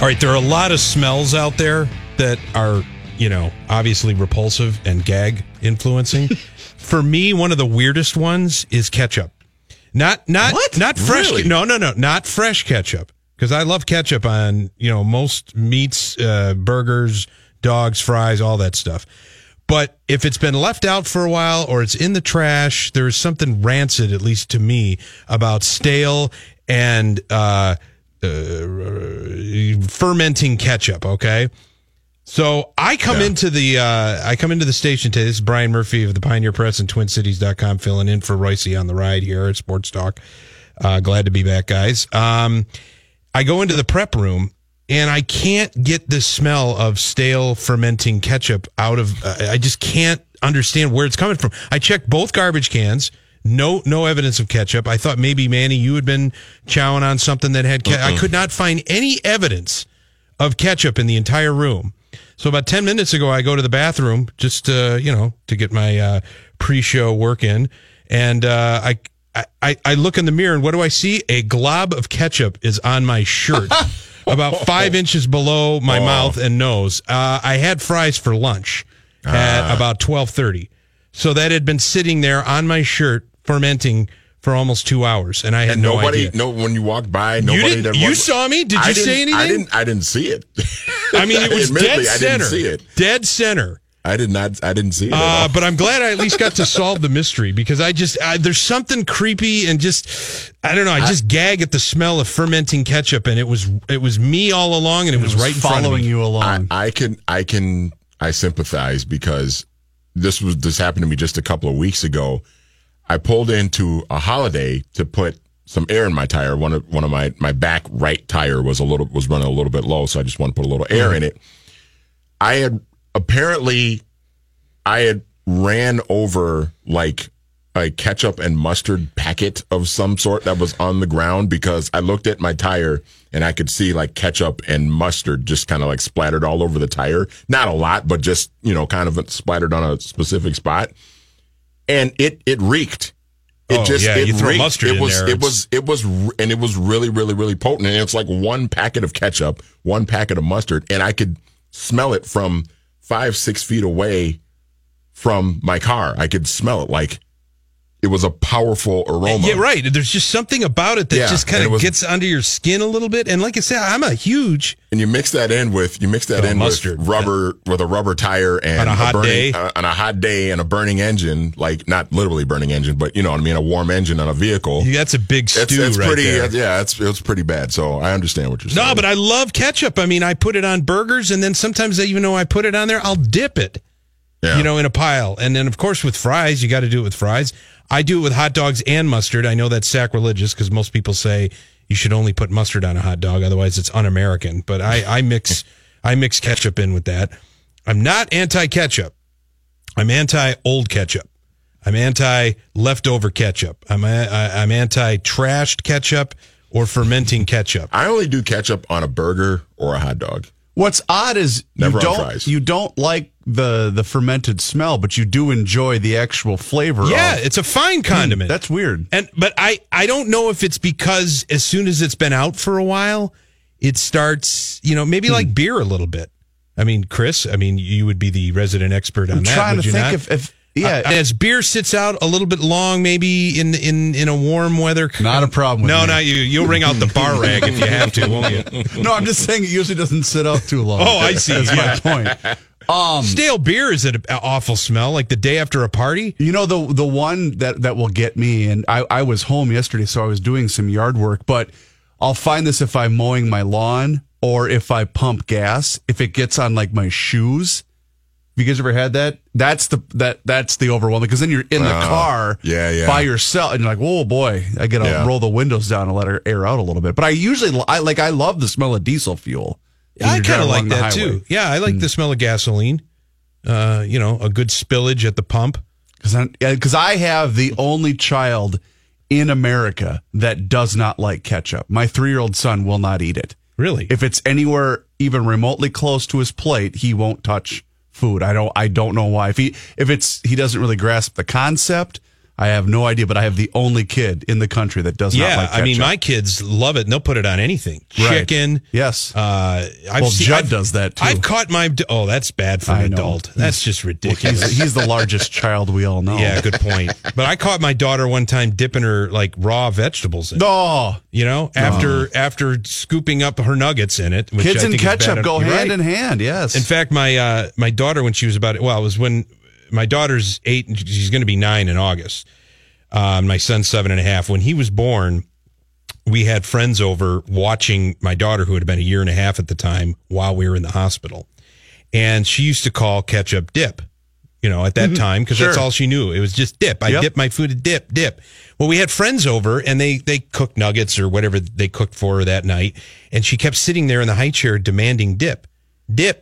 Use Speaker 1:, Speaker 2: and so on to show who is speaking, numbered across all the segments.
Speaker 1: All right, there are a lot of smells out there that are, you know, obviously repulsive and gag influencing. For me, one of the weirdest ones is ketchup. Not not
Speaker 2: What?
Speaker 1: not fresh.
Speaker 2: Really?
Speaker 1: No, no, no, not fresh ketchup because I love ketchup on, you know, most meats, uh, burgers, dogs, fries, all that stuff. But if it's been left out for a while or it's in the trash, there's something rancid, at least to me, about stale and uh, fermenting ketchup. Okay. So I come into the uh, I come into the station today. This is Brian Murphy of the Pioneer Press and TwinCities.com filling in for Royce on the ride here at Sports Talk. Uh, glad to be back, guys. Um, I go into the prep room and I can't get the smell of stale fermenting ketchup out of. Uh, I just can't understand where it's coming from. I checked both garbage cans. No, no evidence of ketchup. I thought maybe Manny, you had been chowing on something that had. Ke- I could not find any evidence of ketchup in the entire room. So about 10 minutes ago, I go to the bathroom just to, you know, to get my uh, pre-show work in. And uh, I, I, I look in the mirror and what do I see? A glob of ketchup is on my shirt about five inches below my
Speaker 2: Oh.
Speaker 1: mouth and nose. Uh, I had fries for lunch
Speaker 2: Ah.
Speaker 1: at about 1230. So that had been sitting there on my shirt fermenting for almost two hours. And I had
Speaker 2: And
Speaker 1: no
Speaker 2: nobody,
Speaker 1: idea.
Speaker 2: no, when you walked by, nobody.
Speaker 1: didn't-
Speaker 2: did
Speaker 1: you
Speaker 2: what-
Speaker 1: saw me? Did
Speaker 2: I
Speaker 1: you say
Speaker 2: didn't- I
Speaker 1: anything?
Speaker 2: didn't. I didn't see it.
Speaker 1: I mean, it was dead
Speaker 2: Admittedly, I
Speaker 1: center.
Speaker 2: didn't see it.
Speaker 1: Dead center.
Speaker 2: I did not. I didn't see it. at
Speaker 1: Uh,
Speaker 2: all.
Speaker 1: but I'm glad I at least got to solve the mystery because I just I, there's something creepy and just I don't know I just gag at the smell of fermenting ketchup and it was it was me all along and it, was,
Speaker 3: was
Speaker 1: right in front of
Speaker 3: following
Speaker 1: me. Uh,
Speaker 3: you
Speaker 2: I,
Speaker 3: along.
Speaker 2: I can I can I sympathize because this was this happened to me just a couple of weeks ago. I pulled into a holiday to put some air in my tire. One of one of my my back right tire was a little was running a little bit low, so I just wanted to put a little air
Speaker 1: Uh-huh.
Speaker 2: in it. I had apparently I had ran over like a ketchup and mustard packet of some sort that was on the ground because I looked at my tire and I could see like ketchup and mustard just kind of like splattered all over the tire. Not a lot, but just, you know, kind of splattered on a specific spot. And it it reeked. It
Speaker 1: Oh,
Speaker 2: just
Speaker 1: yeah,
Speaker 2: it
Speaker 1: you throw
Speaker 2: reeked.
Speaker 1: mustard
Speaker 2: it
Speaker 1: in
Speaker 2: was
Speaker 1: there,
Speaker 2: it was it was r- and it was really really really potent and it's like one packet of ketchup, one packet of mustard and I could smell it from 5 6 feet away from my car. I could smell it like it was a powerful aroma.
Speaker 1: Yeah, right. There's just something about it that
Speaker 2: Yeah,
Speaker 1: just kind
Speaker 2: and it
Speaker 1: of
Speaker 2: was-
Speaker 1: gets under your skin a little bit. And like I said, I'm a huge
Speaker 2: And you mix that in with you mix that
Speaker 1: Oh,
Speaker 2: in
Speaker 1: mustard.
Speaker 2: with rubber with a rubber tire and
Speaker 1: On a hot
Speaker 2: burning,
Speaker 1: day.
Speaker 2: uh, on a hot day and a burning engine, like not literally burning engine, but you know what I mean, a warm engine on a vehicle.
Speaker 1: that's a big stew
Speaker 2: it's, it's
Speaker 1: right
Speaker 2: pretty,
Speaker 1: there.
Speaker 2: yeah, it's it's pretty bad. So I understand what you're saying.
Speaker 1: No, but I love ketchup. I mean, I put it on burgers, and then sometimes even though I put it on there, I'll dip it,
Speaker 2: Yeah.
Speaker 1: you know, in a pile. And then of course with fries, you got to do it with fries. I do it with hot dogs and mustard. I know that's sacrilegious because most people say you should only put mustard on a hot dog, otherwise it's un-American. But I, I mix, I mix ketchup in with that. I'm not anti-ketchup. I'm anti old ketchup. I'm anti leftover ketchup. I'm a, I, I'm anti trashed ketchup or fermenting ketchup.
Speaker 2: I only do ketchup on a burger or a hot dog.
Speaker 3: What's odd is you
Speaker 2: Never on
Speaker 3: don't
Speaker 2: fries.
Speaker 3: you don't like the the fermented smell, but you do enjoy the actual flavor.
Speaker 1: Yeah,
Speaker 3: of,
Speaker 1: it's a fine condiment.
Speaker 3: Oh. Hmm, that's weird.
Speaker 1: and but I I don't know if it's because as soon as it's been out for a while, it starts you know
Speaker 3: Hmm.
Speaker 1: maybe like beer a little bit. I mean, Chris, I mean you would be the resident expert on
Speaker 3: I'm
Speaker 1: that.
Speaker 3: trying
Speaker 1: would
Speaker 3: to
Speaker 1: you
Speaker 3: think
Speaker 1: not?
Speaker 3: if, if Yeah.
Speaker 1: Uh, as beer sits out a little bit long, maybe in in in a warm weather.
Speaker 3: Not a problem with
Speaker 1: no,
Speaker 3: me.
Speaker 1: not you. You'll ring out the bar rag if you have to, won't you?
Speaker 3: no, I'm just saying it usually doesn't sit out too long.
Speaker 1: Oh, I see.
Speaker 3: That's my point. Um,
Speaker 1: Stale beer is an awful smell, like the day after a party.
Speaker 3: You know the the one that that will get me, and I I was home yesterday, so I was doing some yard work. But I'll find this if I'm mowing my lawn or if I pump gas. If it gets on like my shoes, have you guys ever had that? That's the that that's the overwhelming because then you're in the
Speaker 1: Oh,
Speaker 3: car,
Speaker 2: yeah, yeah.
Speaker 3: by yourself, and you're like, oh boy, I gotta
Speaker 2: Yeah.
Speaker 3: roll the windows down and let her air out a little bit. But I usually I like I love the smell of diesel fuel. when
Speaker 1: I
Speaker 3: you're
Speaker 1: kind
Speaker 3: driving
Speaker 1: of like
Speaker 3: along the
Speaker 1: that
Speaker 3: highway. Hmm.
Speaker 1: too. Yeah, I like the smell of gasoline. Uh, you know, a good spillage at the pump.
Speaker 3: because because I have the only child in America that does not like ketchup. My three year old son will not eat it.
Speaker 1: Really?
Speaker 3: If it's anywhere even remotely close to his plate, he won't touch food. I don't I don't know why. If he if it's he doesn't really grasp the concept. I have no idea, but I have the only kid in the country that does
Speaker 1: yeah,
Speaker 3: not like ketchup.
Speaker 1: I mean, my kids love it, and they'll put it on anything.
Speaker 3: Right.
Speaker 1: Chicken.
Speaker 3: Yes.
Speaker 1: Uh, I've
Speaker 3: Well,
Speaker 1: seen-
Speaker 3: Judd
Speaker 1: I've-
Speaker 3: does that, too.
Speaker 1: I've caught my. Oh, that's bad for
Speaker 3: I
Speaker 1: an
Speaker 3: know.
Speaker 1: adult. That's just ridiculous.
Speaker 3: he's, he's the largest child we all know.
Speaker 1: Yeah, good point. But I caught my daughter one time dipping her like raw vegetables in. it,
Speaker 3: Oh,
Speaker 1: You know, after after scooping up her nuggets in it. Which
Speaker 3: kids
Speaker 1: I
Speaker 3: and
Speaker 1: think is bad
Speaker 3: ketchup
Speaker 1: on-
Speaker 3: go
Speaker 1: You're
Speaker 3: hand
Speaker 1: right.
Speaker 3: in hand. Yes.
Speaker 1: In fact, my uh, my daughter when she was about well, it was when my daughter's eight. and She's going to be nine in August. Uh, my son's seven and a half. When he was born, we had friends over watching my daughter, who had been a year and a half at the time, while we were in the hospital, and she used to call ketchup dip. You know, at that time, because that's
Speaker 3: Mm-hmm. Sure.
Speaker 1: all she knew. It was just dip. I
Speaker 3: Yep.
Speaker 1: dip my food in dip, dip. Well, we had friends over, and they they cooked nuggets or whatever they cooked for her that night, and she kept sitting there in the high chair demanding dip, dip,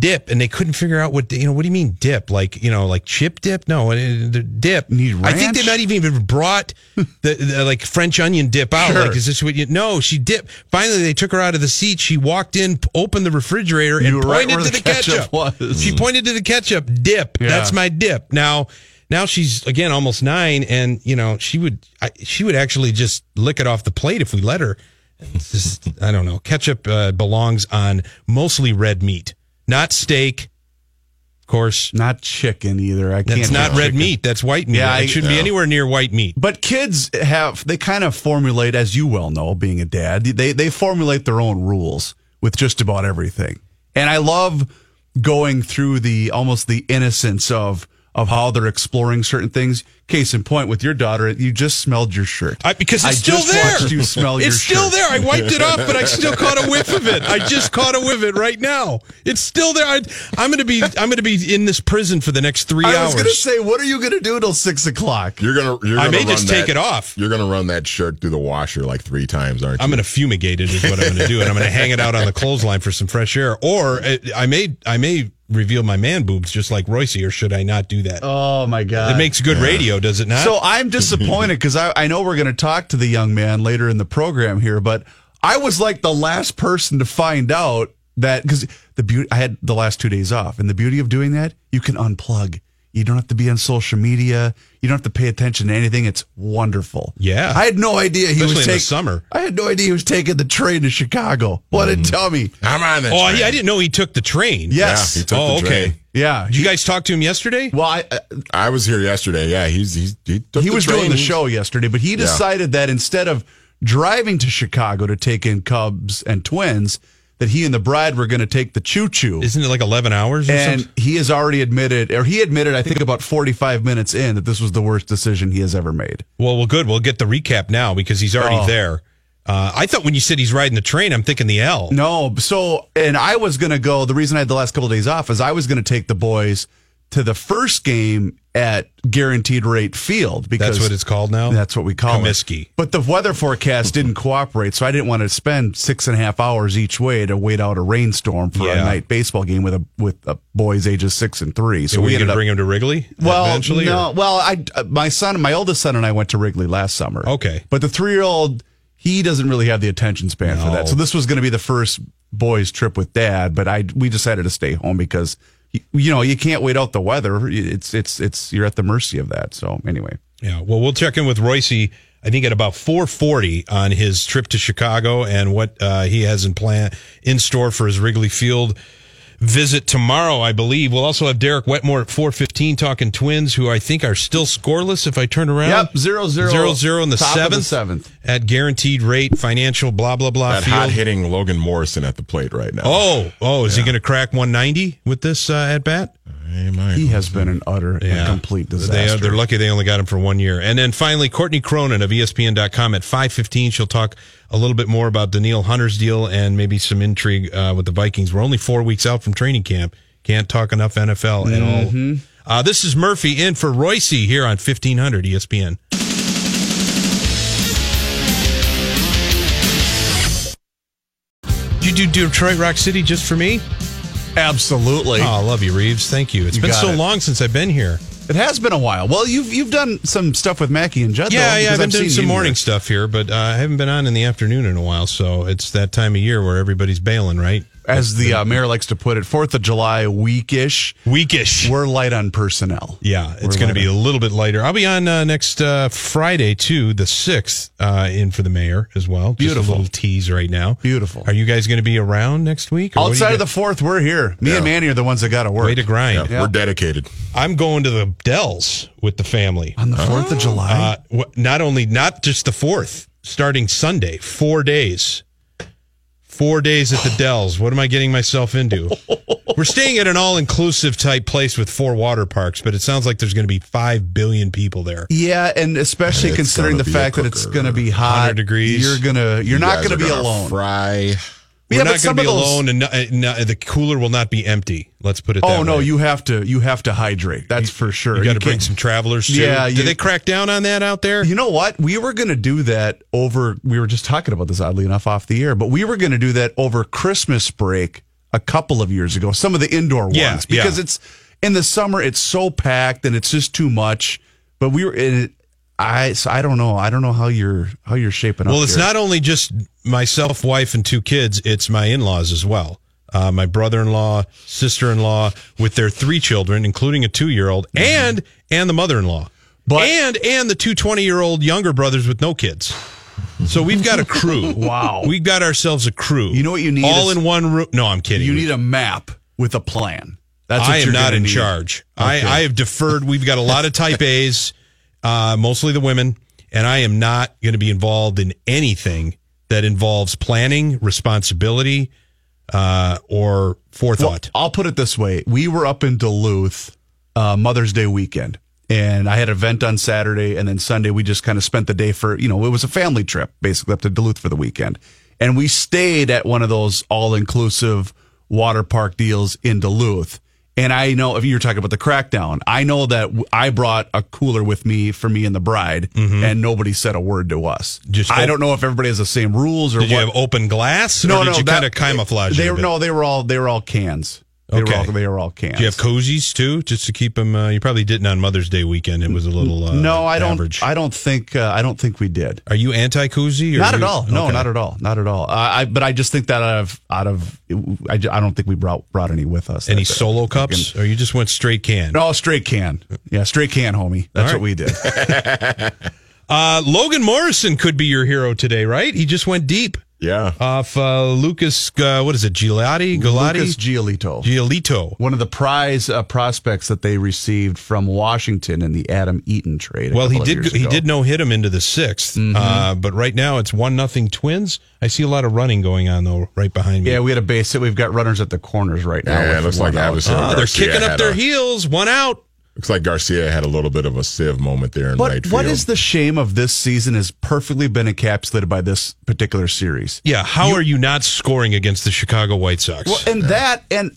Speaker 1: dip and they couldn't figure out what you know what do you mean dip like you know like chip dip no uh, the dip
Speaker 3: Need
Speaker 1: i think they
Speaker 3: ranch?
Speaker 1: not even even brought the, the like french onion dip out
Speaker 3: Sure.
Speaker 1: like is this what you no she dipped finally they took her out of the seat she walked in p- opened the refrigerator
Speaker 3: You
Speaker 1: and
Speaker 3: were right
Speaker 1: pointed
Speaker 3: where
Speaker 1: to
Speaker 3: the
Speaker 1: the ketchup,
Speaker 3: ketchup was.
Speaker 1: she pointed to the ketchup dip
Speaker 3: Yeah.
Speaker 1: that's my dip now now she's again almost 9 and you know she would I, she would actually just lick it off the plate if we let her it's just I don't know. Ketchup uh, belongs on mostly red meat, not steak. Of course,
Speaker 3: not chicken either. I can't.
Speaker 1: that's
Speaker 3: do
Speaker 1: not red
Speaker 3: chicken.
Speaker 1: meat. That's white meat.
Speaker 3: Yeah, I-
Speaker 1: it shouldn't be
Speaker 3: no.
Speaker 1: anywhere near white meat.
Speaker 3: But kids have they kind of formulate, as you well know, being a dad, they they formulate their own rules with just about everything. And I love going through the almost the innocence of of how they're exploring certain things. Case in point, with your daughter, you just smelled your shirt.
Speaker 1: I, because it's
Speaker 3: I
Speaker 1: still
Speaker 3: just
Speaker 1: there.
Speaker 3: watched you smell
Speaker 1: it's
Speaker 3: your
Speaker 1: still
Speaker 3: shirt.
Speaker 1: there. I wiped it off, but I still caught a whiff of it. I just caught a whiff of it right now. It's still there. I, I'm gonna be I'm gonna be in this prison for the next three
Speaker 3: I
Speaker 1: hours.
Speaker 3: was gonna say, what are you gonna do till six o'clock?
Speaker 2: You're gonna. You're
Speaker 1: I
Speaker 2: gonna
Speaker 1: may
Speaker 2: run
Speaker 1: just
Speaker 2: that-
Speaker 1: take it off. Uh,
Speaker 2: You're gonna run that shirt through the washer like three times, aren't you?
Speaker 1: I'm going to fumigate it is what I'm going to do, and I'm going to hang it out on the clothesline for some fresh air. Or uh, I may I may reveal my man boobs just like Royce, or should I not do that?
Speaker 3: Oh my god!
Speaker 1: it makes good radio, does it not?
Speaker 3: So I'm disappointed because I, I know we're going to talk to the young man later in the program here, but I was like the last person to find out that because the beauty I had the last two days off, and the beauty of doing that, you can unplug. You don't have to be on social media. You don't have to pay attention to anything. It's wonderful.
Speaker 1: Yeah.
Speaker 3: I had no idea he
Speaker 1: Especially
Speaker 3: was
Speaker 1: in the
Speaker 3: taking
Speaker 1: summer. Mm.
Speaker 3: I had no idea he was taking the train to Chicago. What did tell me?
Speaker 2: I'm on this.
Speaker 1: oh,
Speaker 2: train.
Speaker 1: yeah, I didn't know he took the train.
Speaker 3: Yes.
Speaker 2: Yeah, he took
Speaker 1: oh,
Speaker 2: the
Speaker 1: okay.
Speaker 2: train.
Speaker 3: Yeah.
Speaker 1: Did you guys talk to him yesterday?
Speaker 3: Well, I, I-
Speaker 2: I was here yesterday. Yeah, he's he's he, took
Speaker 3: he
Speaker 2: the
Speaker 3: was
Speaker 2: train.
Speaker 3: doing the show yesterday, but he decided that instead of driving to Chicago to take in Cubs and Twins, that he and the bride were going to take the choo choo.
Speaker 1: Isn't it like 11 hours or
Speaker 3: And
Speaker 1: something?
Speaker 3: he has already admitted, or he admitted, I think about 45 minutes in, that this was the worst decision he has ever made.
Speaker 1: Well, well, good. We'll get the recap now because he's already
Speaker 3: Oh.
Speaker 1: there. Uh, I thought when you said he's riding the train, I'm thinking the L.
Speaker 3: No. So, and I was going to go. The reason I had the last couple of days off is I was going to take the boys to the first game at Guaranteed Rate Field because
Speaker 1: That's what it's called now?
Speaker 3: That's what we call
Speaker 1: Comiskey.
Speaker 3: it. But the weather forecast didn't cooperate, so I didn't want to spend six and a half hours each way to wait out a rainstorm for
Speaker 1: Yeah.
Speaker 3: a night baseball game with a with a boys ages six and three. So
Speaker 1: Are
Speaker 3: we
Speaker 1: we going
Speaker 3: ended
Speaker 1: to
Speaker 3: up.
Speaker 1: bring him to Wrigley
Speaker 3: well,
Speaker 1: eventually? or-
Speaker 3: no. Well, I uh, my son, my oldest son, and I went to Wrigley last summer.
Speaker 1: Okay.
Speaker 3: but the three year old he doesn't really have the attention span for that. So this was going to be the first boys trip with dad, but I we decided to stay home because y- you know you can't wait out the weather. It's it's it's you're at the mercy of that. So anyway.
Speaker 1: Yeah. Well, we'll check in with Royce. I think at about 4:40 on his trip to Chicago and what uh, he has in plan in store for his Wrigley Field visit tomorrow, I believe. We'll also have Derek Wetmore at 415 talking twins, who I think are still scoreless if I turn around.
Speaker 3: Yep, 0-0.
Speaker 1: Zero, zero in the
Speaker 3: Top of the
Speaker 1: seventh.
Speaker 3: seventh.
Speaker 1: At guaranteed rate, financial, blah, blah, blah.
Speaker 2: That
Speaker 1: field.
Speaker 2: hot hitting Logan Morrison at the plate right now.
Speaker 1: Oh, oh, is he going to crack 190 with this uh, at bat?
Speaker 2: Hey, my-
Speaker 3: He has been an utter and complete
Speaker 1: They are,
Speaker 3: disaster.
Speaker 1: they're lucky they only got him for one year. And then finally, Courtney Cronin of E ESPN.com at 5.15. She'll talk a little bit more about Daniil Hunter's deal and maybe some intrigue uh, with the Vikings. We're only four weeks out from training camp. Can't talk enough NFL
Speaker 3: Mm-hmm.
Speaker 1: at all. Uh, this is Murphy in for Royce here on E 1500 ESPN. Did you do Detroit Rock City just for me?
Speaker 3: Absolutely.
Speaker 1: Oh, I love you, Reeves. Thank you. It's
Speaker 3: You
Speaker 1: been
Speaker 3: got
Speaker 1: so
Speaker 3: it.
Speaker 1: long since I've been here.
Speaker 3: It has been a while. Well, you've you've done some stuff with Mackie and Judd.
Speaker 1: Yeah,
Speaker 3: though,
Speaker 1: yeah,
Speaker 3: because
Speaker 1: I've been doing
Speaker 3: seen
Speaker 1: some
Speaker 3: you in
Speaker 1: morning
Speaker 3: here.
Speaker 1: stuff here, but uh, I haven't been on in the afternoon in a while. So it's that time of year where everybody's bailing, right?
Speaker 3: As the uh, mayor likes to put it, Fourth of July weekish.
Speaker 1: Weekish.
Speaker 3: We're light on personnel.
Speaker 1: yeah, it's
Speaker 3: We're
Speaker 1: going to be a
Speaker 3: light
Speaker 1: little bit lighter. I'll be on uh, next uh, Friday too, the sixth, uh, in for the mayor as well. Just
Speaker 3: Beautiful.
Speaker 1: a little tease right now.
Speaker 3: Beautiful.
Speaker 1: Are you guys going to be around next week? or what do you
Speaker 3: Outside of the
Speaker 1: got-
Speaker 3: fourth, we're here. Me
Speaker 2: Yeah.
Speaker 3: and Manny are the ones that got to work
Speaker 1: way to
Speaker 2: Yeah,
Speaker 1: grind.
Speaker 2: We're dedicated.
Speaker 1: I'm going to the Dells with the family.
Speaker 3: on the Fourth of July.
Speaker 1: Uh, wh- not only not just the fourth, starting Sunday, four days, four days at the Dells. What am I getting myself into? We're staying at an all-inclusive type place with four water parks, but it sounds like there's going to be five billion people there.
Speaker 3: yeah, and especially
Speaker 2: And it's
Speaker 3: considering the
Speaker 2: gonna be a
Speaker 3: fact that it's
Speaker 2: cooker.
Speaker 3: going to be hot,
Speaker 1: 100 degrees.
Speaker 3: You're gonna you're
Speaker 2: You
Speaker 3: not
Speaker 2: guys
Speaker 3: going to
Speaker 2: are
Speaker 3: be
Speaker 2: gonna
Speaker 3: alone.
Speaker 2: Fry.
Speaker 1: We're
Speaker 3: yeah, but
Speaker 1: not
Speaker 3: some
Speaker 1: going to be
Speaker 3: of those-
Speaker 1: alone, and no, and no, the cooler will not be empty. Let's put it.
Speaker 3: Oh
Speaker 1: that
Speaker 3: no,
Speaker 1: way.
Speaker 3: you have to you have to hydrate. That's for sure.
Speaker 1: you got to
Speaker 3: can't-
Speaker 1: bring some travelers. Too.
Speaker 3: Yeah,
Speaker 1: do
Speaker 3: you-
Speaker 1: they crack down on that out there?
Speaker 3: You know what? We were going to do that over. We were just talking about this oddly enough off the air, but we were going to do that over Christmas break a couple of years ago. Some of the indoor
Speaker 1: Yeah,
Speaker 3: ones because
Speaker 1: yeah.
Speaker 3: it's in the summer. It's so packed and it's just too much. But we were. in it, I so I don't know. I don't know how you're how you're shaping up.
Speaker 1: Well, it's
Speaker 3: here.
Speaker 1: not only just myself, wife, and two kids. It's my in-laws as well. Uh, my brother-in-law, sister-in-law, with their three children, including a two-year-old, and and the mother-in-law,
Speaker 3: Mm-hmm. But-
Speaker 1: and and the two 20-year-old younger brothers with no kids. So we've got a crew.
Speaker 3: Wow.
Speaker 1: we've got ourselves a crew.
Speaker 3: You know what you need
Speaker 1: All
Speaker 3: is-
Speaker 1: in one room. No, I'm kidding.
Speaker 3: You need a map with a plan. That's what
Speaker 1: I am
Speaker 3: you're
Speaker 1: not
Speaker 3: gonna
Speaker 1: in
Speaker 3: need.
Speaker 1: charge. I, I have deferred. We've got a lot of type A's, uh, mostly the women, and I am not going to be involved in anything that involves planning, responsibility, uh, or
Speaker 3: Well,
Speaker 1: forethought.
Speaker 3: I'll put it this way: we were up in Duluth uh, Mother's Day weekend, and I had an event on Saturday, and then Sunday we just kind of spent the day for you know it was a family trip basically up to Duluth for the weekend, and we stayed at one of those all inclusive water park deals in Duluth. And I know if you're talking about the crackdown, I know that w- I brought a cooler with me for me and the bride, and nobody said a word to us.
Speaker 1: Mm-hmm. Just
Speaker 3: I
Speaker 1: op-
Speaker 3: don't know if everybody has the same rules or
Speaker 1: did
Speaker 3: what.
Speaker 1: you have open glass? or did you
Speaker 3: that-
Speaker 1: kind of camouflage
Speaker 3: They
Speaker 1: it a
Speaker 3: were
Speaker 1: bit?
Speaker 3: no, they were all they were all cans. They
Speaker 1: Okay.
Speaker 3: were all they were all cans.
Speaker 1: Did you have cozies too, just to keep them? Uh, you probably didn't on Mother's Day weekend. It was a little uh,
Speaker 3: no, I don't.
Speaker 1: average.
Speaker 3: I don't think. Uh, I don't think we did.
Speaker 1: Are you anti cozy?
Speaker 3: Not at all. No, not at all. Not at all. Uh, I. But I just think that out of out of I, ju- I don't think we brought brought any with us.
Speaker 1: Any
Speaker 3: That's it.
Speaker 1: solo cups, or you just went straight can?
Speaker 3: No, straight can. Yeah, straight can, homie. That's
Speaker 1: right.
Speaker 3: what we did.
Speaker 1: Uh, Logan Morrison could be your hero today, right? He just went deep
Speaker 2: Yeah.
Speaker 3: Oh,
Speaker 1: off uh, Lucas. Uh, what is it, Gigliotti?
Speaker 3: Lucas
Speaker 1: Gigliotti?
Speaker 3: Giolito.
Speaker 1: Giolito.
Speaker 3: one of the prize uh, prospects that they received from Washington in the Adam Eaton trade. a
Speaker 1: Well, he
Speaker 3: couple of
Speaker 1: did.
Speaker 3: years
Speaker 1: He
Speaker 3: ago. Mm-hmm.
Speaker 1: did no hit him into the 6th uh, but right now it's one nothing Twins. I see a lot of running going on though, right behind me.
Speaker 3: Yeah, we had a base hit. We've got runners at the corners right now.
Speaker 2: Yeah,
Speaker 3: with
Speaker 2: it looks like
Speaker 3: one out.
Speaker 2: Avisar
Speaker 1: Ah, they're
Speaker 2: Garcia
Speaker 1: kicking up
Speaker 2: had
Speaker 1: their
Speaker 2: a-
Speaker 1: heels. One out.
Speaker 2: Looks like Garcia had a little bit of a sieve moment there in right
Speaker 3: But
Speaker 2: field.
Speaker 3: what is the shame of this season has perfectly been encapsulated by this particular series.
Speaker 1: Yeah. How are you not scoring against the Chicago White Sox?
Speaker 3: Well, and that and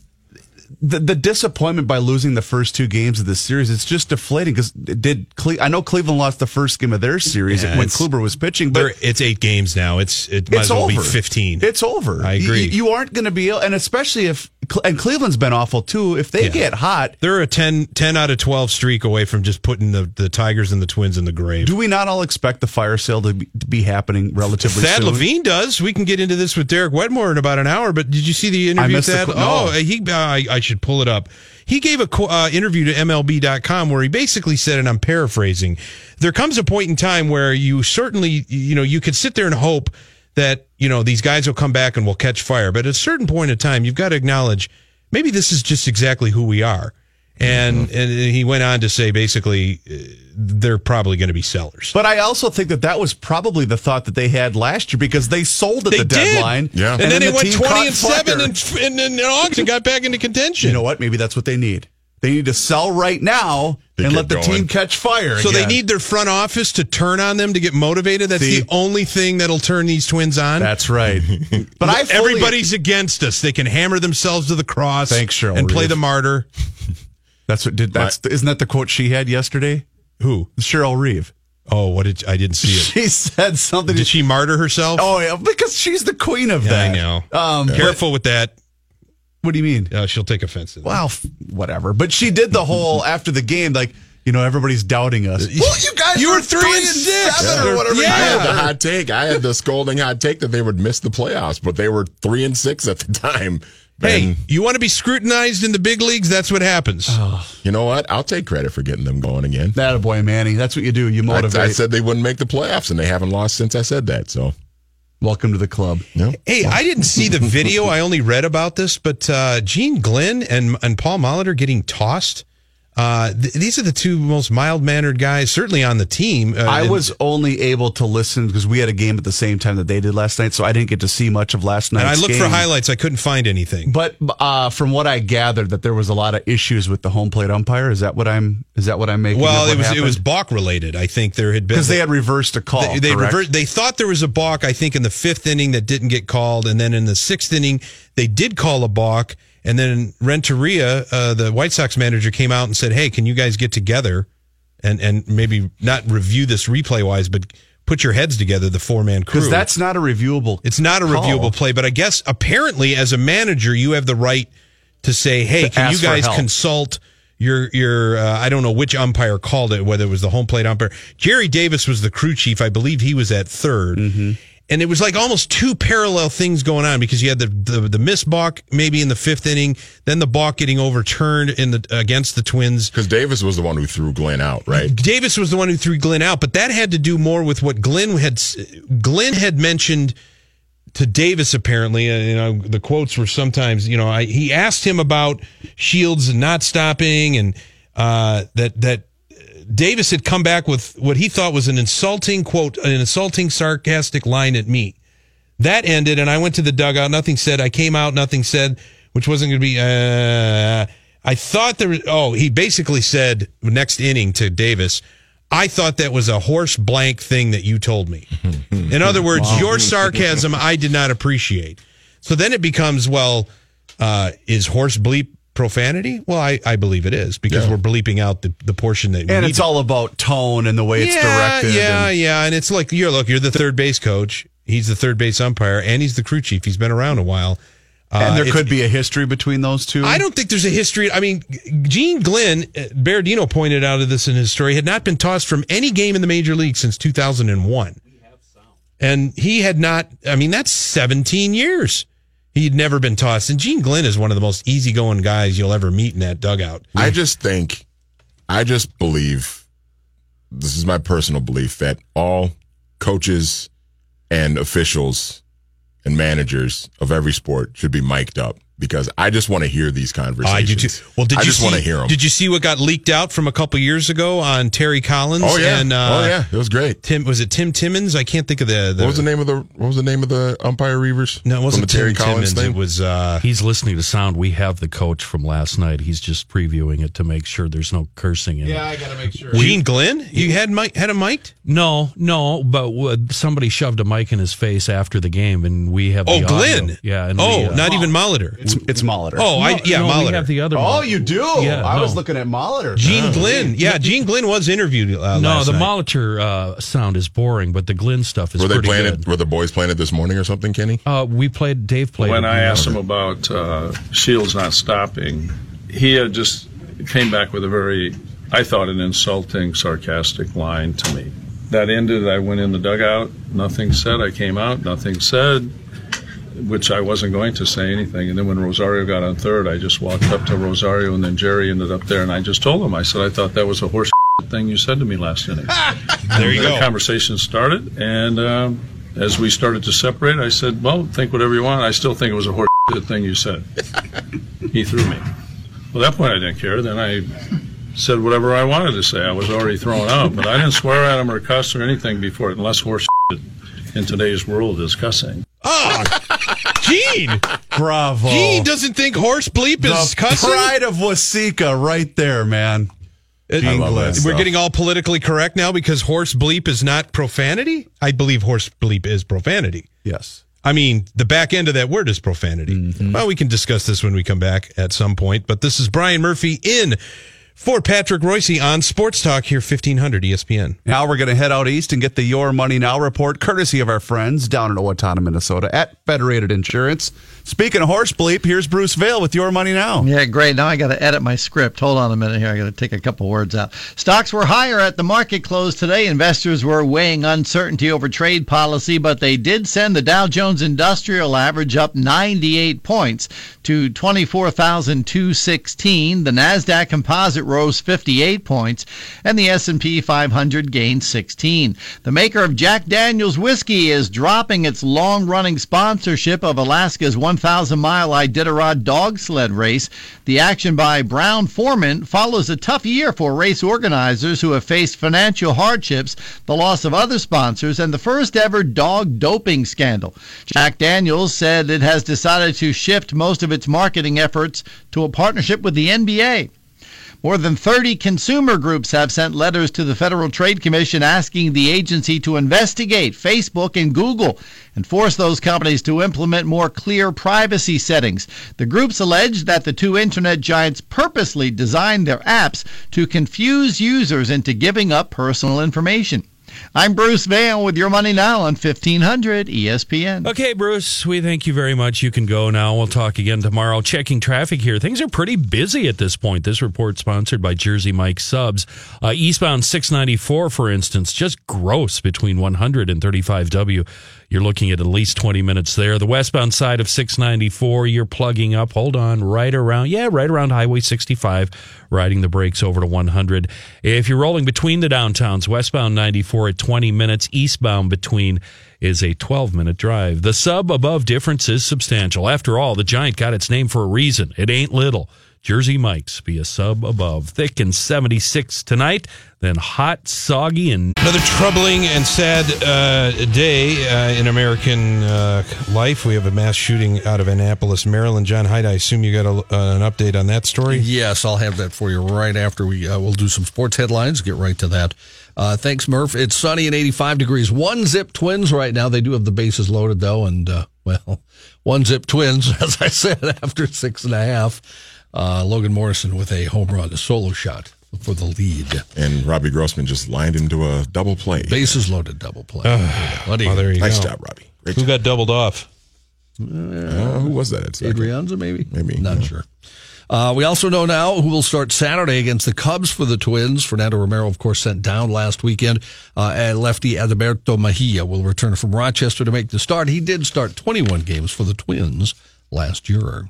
Speaker 3: the the disappointment by losing the first two games of this series, it's just deflating because did Cle- I know Cleveland lost the first game of their series
Speaker 1: Yeah,
Speaker 3: when
Speaker 1: it's-
Speaker 3: Kluber was pitching, but
Speaker 1: They're- it's eight games now. It's it might
Speaker 3: it's
Speaker 1: as well
Speaker 3: over.
Speaker 1: be fifteen.
Speaker 3: It's over.
Speaker 1: I
Speaker 3: You-
Speaker 1: agree.
Speaker 3: You, aren't going to be, and especially if and Cleveland's been awful too. If they
Speaker 1: Yeah.
Speaker 3: get hot,
Speaker 1: they're a 10, 10 out of twelve streak away from just putting the, the Tigers and the Twins in the grave.
Speaker 3: do we not all expect the fire sale to be, to be happening relatively
Speaker 1: Thad
Speaker 3: soon?
Speaker 1: Levine does. We can get into this with Derek Wetmore in about an hour. But did you see the interview?
Speaker 3: I missed the
Speaker 1: Thad?
Speaker 3: qu- no.
Speaker 1: Oh, he. Uh, I, I should pull it up. He gave a qu- uh, interview to MLB.com where he basically said, and I'm paraphrasing, there comes a point in time where you certainly, you know, you could sit there and hope that you know these guys will come back and will catch fire. But at a certain point in time, you've got to acknowledge maybe this is just exactly who we are. And
Speaker 3: Mm-hmm.
Speaker 1: and he went on to say basically uh, they're probably going to be sellers.
Speaker 3: But I also think that that was probably the thought that they had last year because they sold at
Speaker 1: They
Speaker 3: the
Speaker 1: did.
Speaker 3: deadline.
Speaker 2: Yeah.
Speaker 1: And, then,
Speaker 3: the
Speaker 1: they went
Speaker 3: team
Speaker 1: twenty
Speaker 3: caught
Speaker 1: and seven
Speaker 3: fire.
Speaker 1: in, in, in August and got back into contention.
Speaker 3: you know what? Maybe that's what they need. They need to sell right now
Speaker 2: To get
Speaker 3: and let the
Speaker 2: going.
Speaker 3: team catch fire.
Speaker 1: So they
Speaker 3: again.
Speaker 1: need their front office to turn on them to get motivated. That's
Speaker 3: See?
Speaker 1: the only thing that'll turn these twins on.
Speaker 3: That's right. But I fully-
Speaker 1: Everybody's against us. They can hammer themselves to the cross.
Speaker 3: Thanks, Cheryl
Speaker 1: And play
Speaker 3: Reeve.
Speaker 1: the martyr.
Speaker 3: That's what did that's isn't that the quote she had yesterday?
Speaker 1: Who?
Speaker 3: Cheryl Reeve.
Speaker 1: Oh, what did I didn't see it?
Speaker 3: She said something.
Speaker 1: Did she martyr herself?
Speaker 3: Oh yeah, because she's the queen of
Speaker 1: Yeah,
Speaker 3: that.
Speaker 1: I know.
Speaker 3: Um,
Speaker 1: Careful with that.
Speaker 3: What do you mean?
Speaker 1: Uh, she'll take offense. To that.
Speaker 3: Wow, f- whatever. But she did the whole after the game, like you know, everybody's doubting us. Well, you guys,
Speaker 1: You were
Speaker 3: were
Speaker 1: three and six.
Speaker 3: seven
Speaker 1: Yeah.
Speaker 3: or whatever.
Speaker 1: Yeah.
Speaker 2: I had the hot take. I had the scolding hot take that they would miss the playoffs, but they were three and six at the time.
Speaker 1: Hey,
Speaker 2: And
Speaker 1: you want to be scrutinized in the big leagues? That's what happens.
Speaker 2: you know what? I'll take credit for getting them going again.
Speaker 3: That a boy, Manny. That's what you do. You
Speaker 2: I,
Speaker 3: motivate.
Speaker 2: I said they wouldn't make the playoffs, and they haven't lost since I said that. So,
Speaker 3: Welcome to the club.
Speaker 2: yeah.
Speaker 1: Hey, I didn't see the video. I only read about this, but uh, Gene Glenn and and Paul Molitor getting tossed. Uh, th- these are the two most mild mannered guys, certainly on the team. Uh,
Speaker 3: I
Speaker 1: and-
Speaker 3: was only able to listen because we had a game at the same time that they did last night, so I didn't get to see much of last night's
Speaker 1: and I looked for
Speaker 3: game.
Speaker 1: highlights. I couldn't find anything.
Speaker 3: But uh, from what I gathered, that there was a lot of issues with the home plate umpire. Is that what I'm? Is that what I'm making?
Speaker 1: Well, it was it was balk related. I think there had been
Speaker 3: because they had reversed a call.
Speaker 1: they, they
Speaker 3: correct?
Speaker 1: reversed- they thought there was a balk. I think in the fifth inning that didn't get called, and then in the sixth inning they did call a balk. And then Renteria, uh, the White Sox manager, came out and said, "Hey, can you guys get together and and maybe not review this replay wise, but put your heads together, the four man crew."
Speaker 3: because that's not a reviewable.
Speaker 1: it's not a
Speaker 3: call.
Speaker 1: reviewable play, but I guess apparently as a manager you have the right to say, "Hey,
Speaker 3: To
Speaker 1: can you
Speaker 3: ask for
Speaker 1: guys
Speaker 3: help.
Speaker 1: consult your your uh, I don't know which umpire called it, whether it was the home plate umpire. Jerry Davis was the crew chief, I believe he was at 3rd
Speaker 3: Mm-hmm.
Speaker 1: And it was like almost two parallel things going on because you had the the, the miss balk maybe in the fifth inning, then the balk getting overturned in the against the Twins.
Speaker 2: Because Davis was the one who threw Glenn out, right?
Speaker 1: Davis was the one who threw Glenn out, but that had to do more with what Glenn had Glenn had mentioned to Davis apparently. Uh, you know, the quotes were sometimes you know I, he asked him about Shields and not stopping, and uh, that that Davis had come back with what he thought was an insulting quote, an insulting sarcastic line at me. That ended, and I went to the dugout. Nothing said. I came out. Nothing said, which wasn't going to be. Uh, I thought there. Was, oh, he basically said next inning to Davis. I thought that was a horse blank thing that you told me. In other words, your sarcasm I did not appreciate. So then it becomes well, uh, is horse bleep profanity? Well, I, I believe it is because we're bleeping out the, the portion that we
Speaker 3: and
Speaker 1: need
Speaker 3: it's
Speaker 1: to
Speaker 3: all about tone and the way it's directed.
Speaker 1: yeah,
Speaker 3: and-
Speaker 1: yeah. And it's like you're look, you're the third base coach. He's the third base umpire, and he's the crew chief. He's been around a while. Uh,
Speaker 3: and there
Speaker 1: it's-
Speaker 3: could be a history between those two.
Speaker 1: I don't think there's a history. I mean, Gene Glenn, uh, Berardino pointed out of this in his story, had not been tossed from any game in the major league since 2001. And he had not, I mean, that's 17 years. He'd never been tossed. And Gene Glenn is one of the most easygoing guys you'll ever meet in that dugout.
Speaker 2: I just think, I just believe, this is my personal belief that all coaches and officials and managers of every sport should be mic'd up because I just want to hear these conversations.
Speaker 1: Oh, I do too. Well, did Ah,
Speaker 2: I
Speaker 1: you
Speaker 2: just
Speaker 1: see,
Speaker 2: want to hear them.
Speaker 1: Did you see what got leaked out from a couple years ago on Terry Collins?
Speaker 2: oh yeah,
Speaker 1: And, uh,
Speaker 2: oh yeah, it was great.
Speaker 1: Tim was it Tim Timmons? I can't think of the. the
Speaker 2: What was the name of the What was the name of the umpire Reavers?
Speaker 1: No, it
Speaker 2: From
Speaker 1: wasn't
Speaker 2: the Terry
Speaker 1: Tim Timmons.
Speaker 2: Collins thing.
Speaker 1: It was. Uh,
Speaker 4: He's listening to sound. We have the coach from last night. He's just previewing it to make sure there's no cursing in it.
Speaker 1: I gotta make sure. Gene Glenn, you had mic, had a mic.
Speaker 4: No, no, but w- somebody shoved a mic in his face after the game, and we have.
Speaker 1: Oh,
Speaker 4: the audio.
Speaker 1: Glenn.
Speaker 4: Yeah. And
Speaker 1: oh,
Speaker 4: we, uh,
Speaker 1: not even Molitor.
Speaker 3: It's it's Molitor.
Speaker 1: oh, I yeah,
Speaker 4: no, We
Speaker 1: Molitor.
Speaker 4: have the other.
Speaker 3: Oh,
Speaker 4: one.
Speaker 3: you do.
Speaker 4: Yeah,
Speaker 3: I was
Speaker 4: no.
Speaker 3: looking at Molitor.
Speaker 1: Gene Glenn. Yeah, Gene Glenn was interviewed. Uh,
Speaker 4: No,
Speaker 1: last
Speaker 4: the
Speaker 1: night.
Speaker 4: Molitor uh, sound is boring, but the Glenn stuff is
Speaker 2: were they
Speaker 4: pretty
Speaker 2: playing it?
Speaker 4: good.
Speaker 2: Were the boys playing it this morning or something, Kenny?
Speaker 4: Uh, we played. Dave played.
Speaker 5: when
Speaker 4: it.
Speaker 5: I asked him about uh, Shields not stopping, he had just came back with a very, I thought, an insulting, sarcastic line to me. That ended. I went in the dugout. Nothing said. I came out. Nothing said. Which I wasn't going to say anything. And then when Rosario got on third, I just walked up to Rosario, and then Jerry ended up there, and I just told him. I said, I thought that was a horse thing you said to me last inning.
Speaker 1: There you
Speaker 5: the
Speaker 1: go.
Speaker 5: conversation started, and um, as we started to separate, I said, "Well, think whatever you want." I still think it was a horse stupid thing you said. He threw me. Well, at that point I didn't care. Then I said whatever I wanted to say. I was already thrown out, but I didn't swear at him or cuss or anything before it, unless horse shit in today's world is cussing.
Speaker 6: Oh, Gene.
Speaker 3: Bravo.
Speaker 6: Gene doesn't think horse bleep is
Speaker 3: the
Speaker 6: cussing.
Speaker 3: pride of Wasika right there, man.
Speaker 2: I love that
Speaker 6: We're
Speaker 2: stuff.
Speaker 6: getting all politically correct now because horse bleep is not profanity. I believe horse bleep is profanity.
Speaker 3: Yes.
Speaker 6: I mean, the back end of that word is profanity.
Speaker 1: Mm-hmm.
Speaker 6: Well, we can discuss this when we come back at some point, but this is Brian Murphy in for Patrick Royce on Sports Talk here, E 1500 ESPN.
Speaker 3: Now we're going to head out east and get the Your Money Now report, courtesy of our friends down in Owatonna, Minnesota at Federated Insurance. Speaking of horse bleep, here's Bruce Vail with Your Money Now.
Speaker 7: Yeah, great. Now I got to edit my script. Hold on a minute here. I got to take a couple words out. Stocks were higher at the market close today. Investors were weighing uncertainty over trade policy, but they did send the Dow Jones Industrial Average up 98 points to 24,216. The Nasdaq Composite rose 58 points, and the S&P 500 gained 16. The maker of Jack Daniel's whiskey is dropping its long-running sponsorship of Alaska's 1,000-mile Iditarod dog sled race. The action by Brown Foreman follows a tough year for race organizers who have faced financial hardships, the loss of other sponsors, and the first-ever dog doping scandal. Jack Daniel's said it has decided to shift most of its marketing efforts to a partnership with the NBA. More than 30 consumer groups have sent letters to the Federal Trade Commission asking the agency to investigate Facebook and Google and force those companies to implement more clear privacy settings. The groups allege that the two internet giants purposely designed their apps to confuse users into giving up personal information. I'm Bruce Vail with Your Money Now on E 1500 ESPN.
Speaker 4: Okay, Bruce, we thank you very much. You can go now. We'll talk again tomorrow. Checking traffic here. Things are pretty busy at this point. This report sponsored by Jersey Mike Subs. Uh, eastbound 694, for instance, just gross between 100 and 35W. You're looking at at least 20 minutes there. The westbound side of 694, you're plugging up. Hold on, right around, yeah, right around Highway 65, riding the brakes over to 100. If you're rolling between the downtowns, westbound 94 at 20 minutes, eastbound between is a 12 minute drive. The sub above difference is substantial. After all, the giant got its name for a reason. It ain't little. Jersey Mike's be a sub above. Thick and 76 tonight, then hot, soggy, and
Speaker 6: Another troubling and sad uh, day uh, in American uh, life. We have a mass shooting out of Annapolis, Maryland. John Hyde, I assume you got a, uh, an update on that story?
Speaker 1: Yes, I'll have that for you right after we uh, we'll do some sports headlines. Get right to that. Uh, thanks, Murph. It's sunny and 85 degrees. One zip twins right now. They do have the bases loaded though, and uh, well, one zip twins, as I said, after six and a half. Uh, Logan Morrison with a home run, a solo shot for the lead.
Speaker 2: And Robbie Grossman just lined into a double play.
Speaker 1: Bases loaded, double play. What do you-
Speaker 6: Oh, there you
Speaker 2: Nice
Speaker 6: go.
Speaker 2: job, Robbie. Great
Speaker 6: Who
Speaker 2: job.
Speaker 6: got doubled off?
Speaker 2: Uh, who was that? at second?
Speaker 1: Adrianza, maybe?
Speaker 2: Maybe,
Speaker 1: Not
Speaker 2: yeah.
Speaker 1: sure. Uh, we also know now who will start Saturday against the Cubs for the Twins. Fernando Romero, of course, sent down last weekend. Uh, and lefty Adalberto Mejia will return from Rochester to make the start. He did start 21 games for the Twins last year.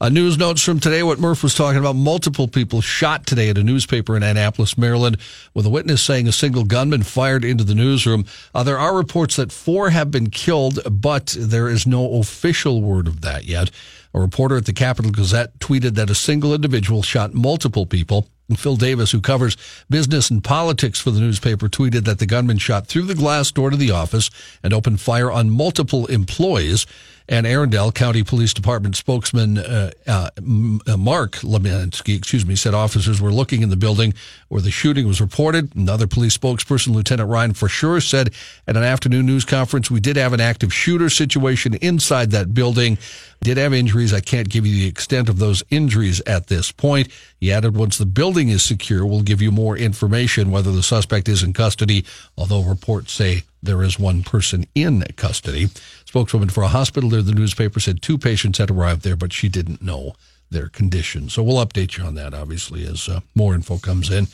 Speaker 1: Uh, news notes from today, what Murph was talking about. Multiple people shot today at a newspaper in Annapolis, Maryland, with a witness saying a single gunman fired into the newsroom. Uh, there are reports that four have been killed, but there is no official word of that yet. A reporter at the Capital Gazette tweeted that a single individual shot multiple people. And Phil Davis, who covers business and politics for the newspaper, tweeted that the gunman shot through the glass door to the office and opened fire on multiple employees. And Arundel County Police Department spokesman uh, uh, M- uh, Mark Lemansky, excuse me, said officers were looking in the building where the shooting was reported. Another police spokesperson, Lieutenant Ryan for sure, said at an afternoon news conference, we did have an active shooter situation inside that building. Did have injuries. I can't give you the extent of those injuries at this point. He added, once the building is secure, we'll give you more information whether the suspect is in custody, although reports say there is one person in custody. Spokeswoman for a hospital there, the newspaper said two patients had arrived there, but she didn't know their condition. So we'll update you on that, obviously, as uh, more info comes in.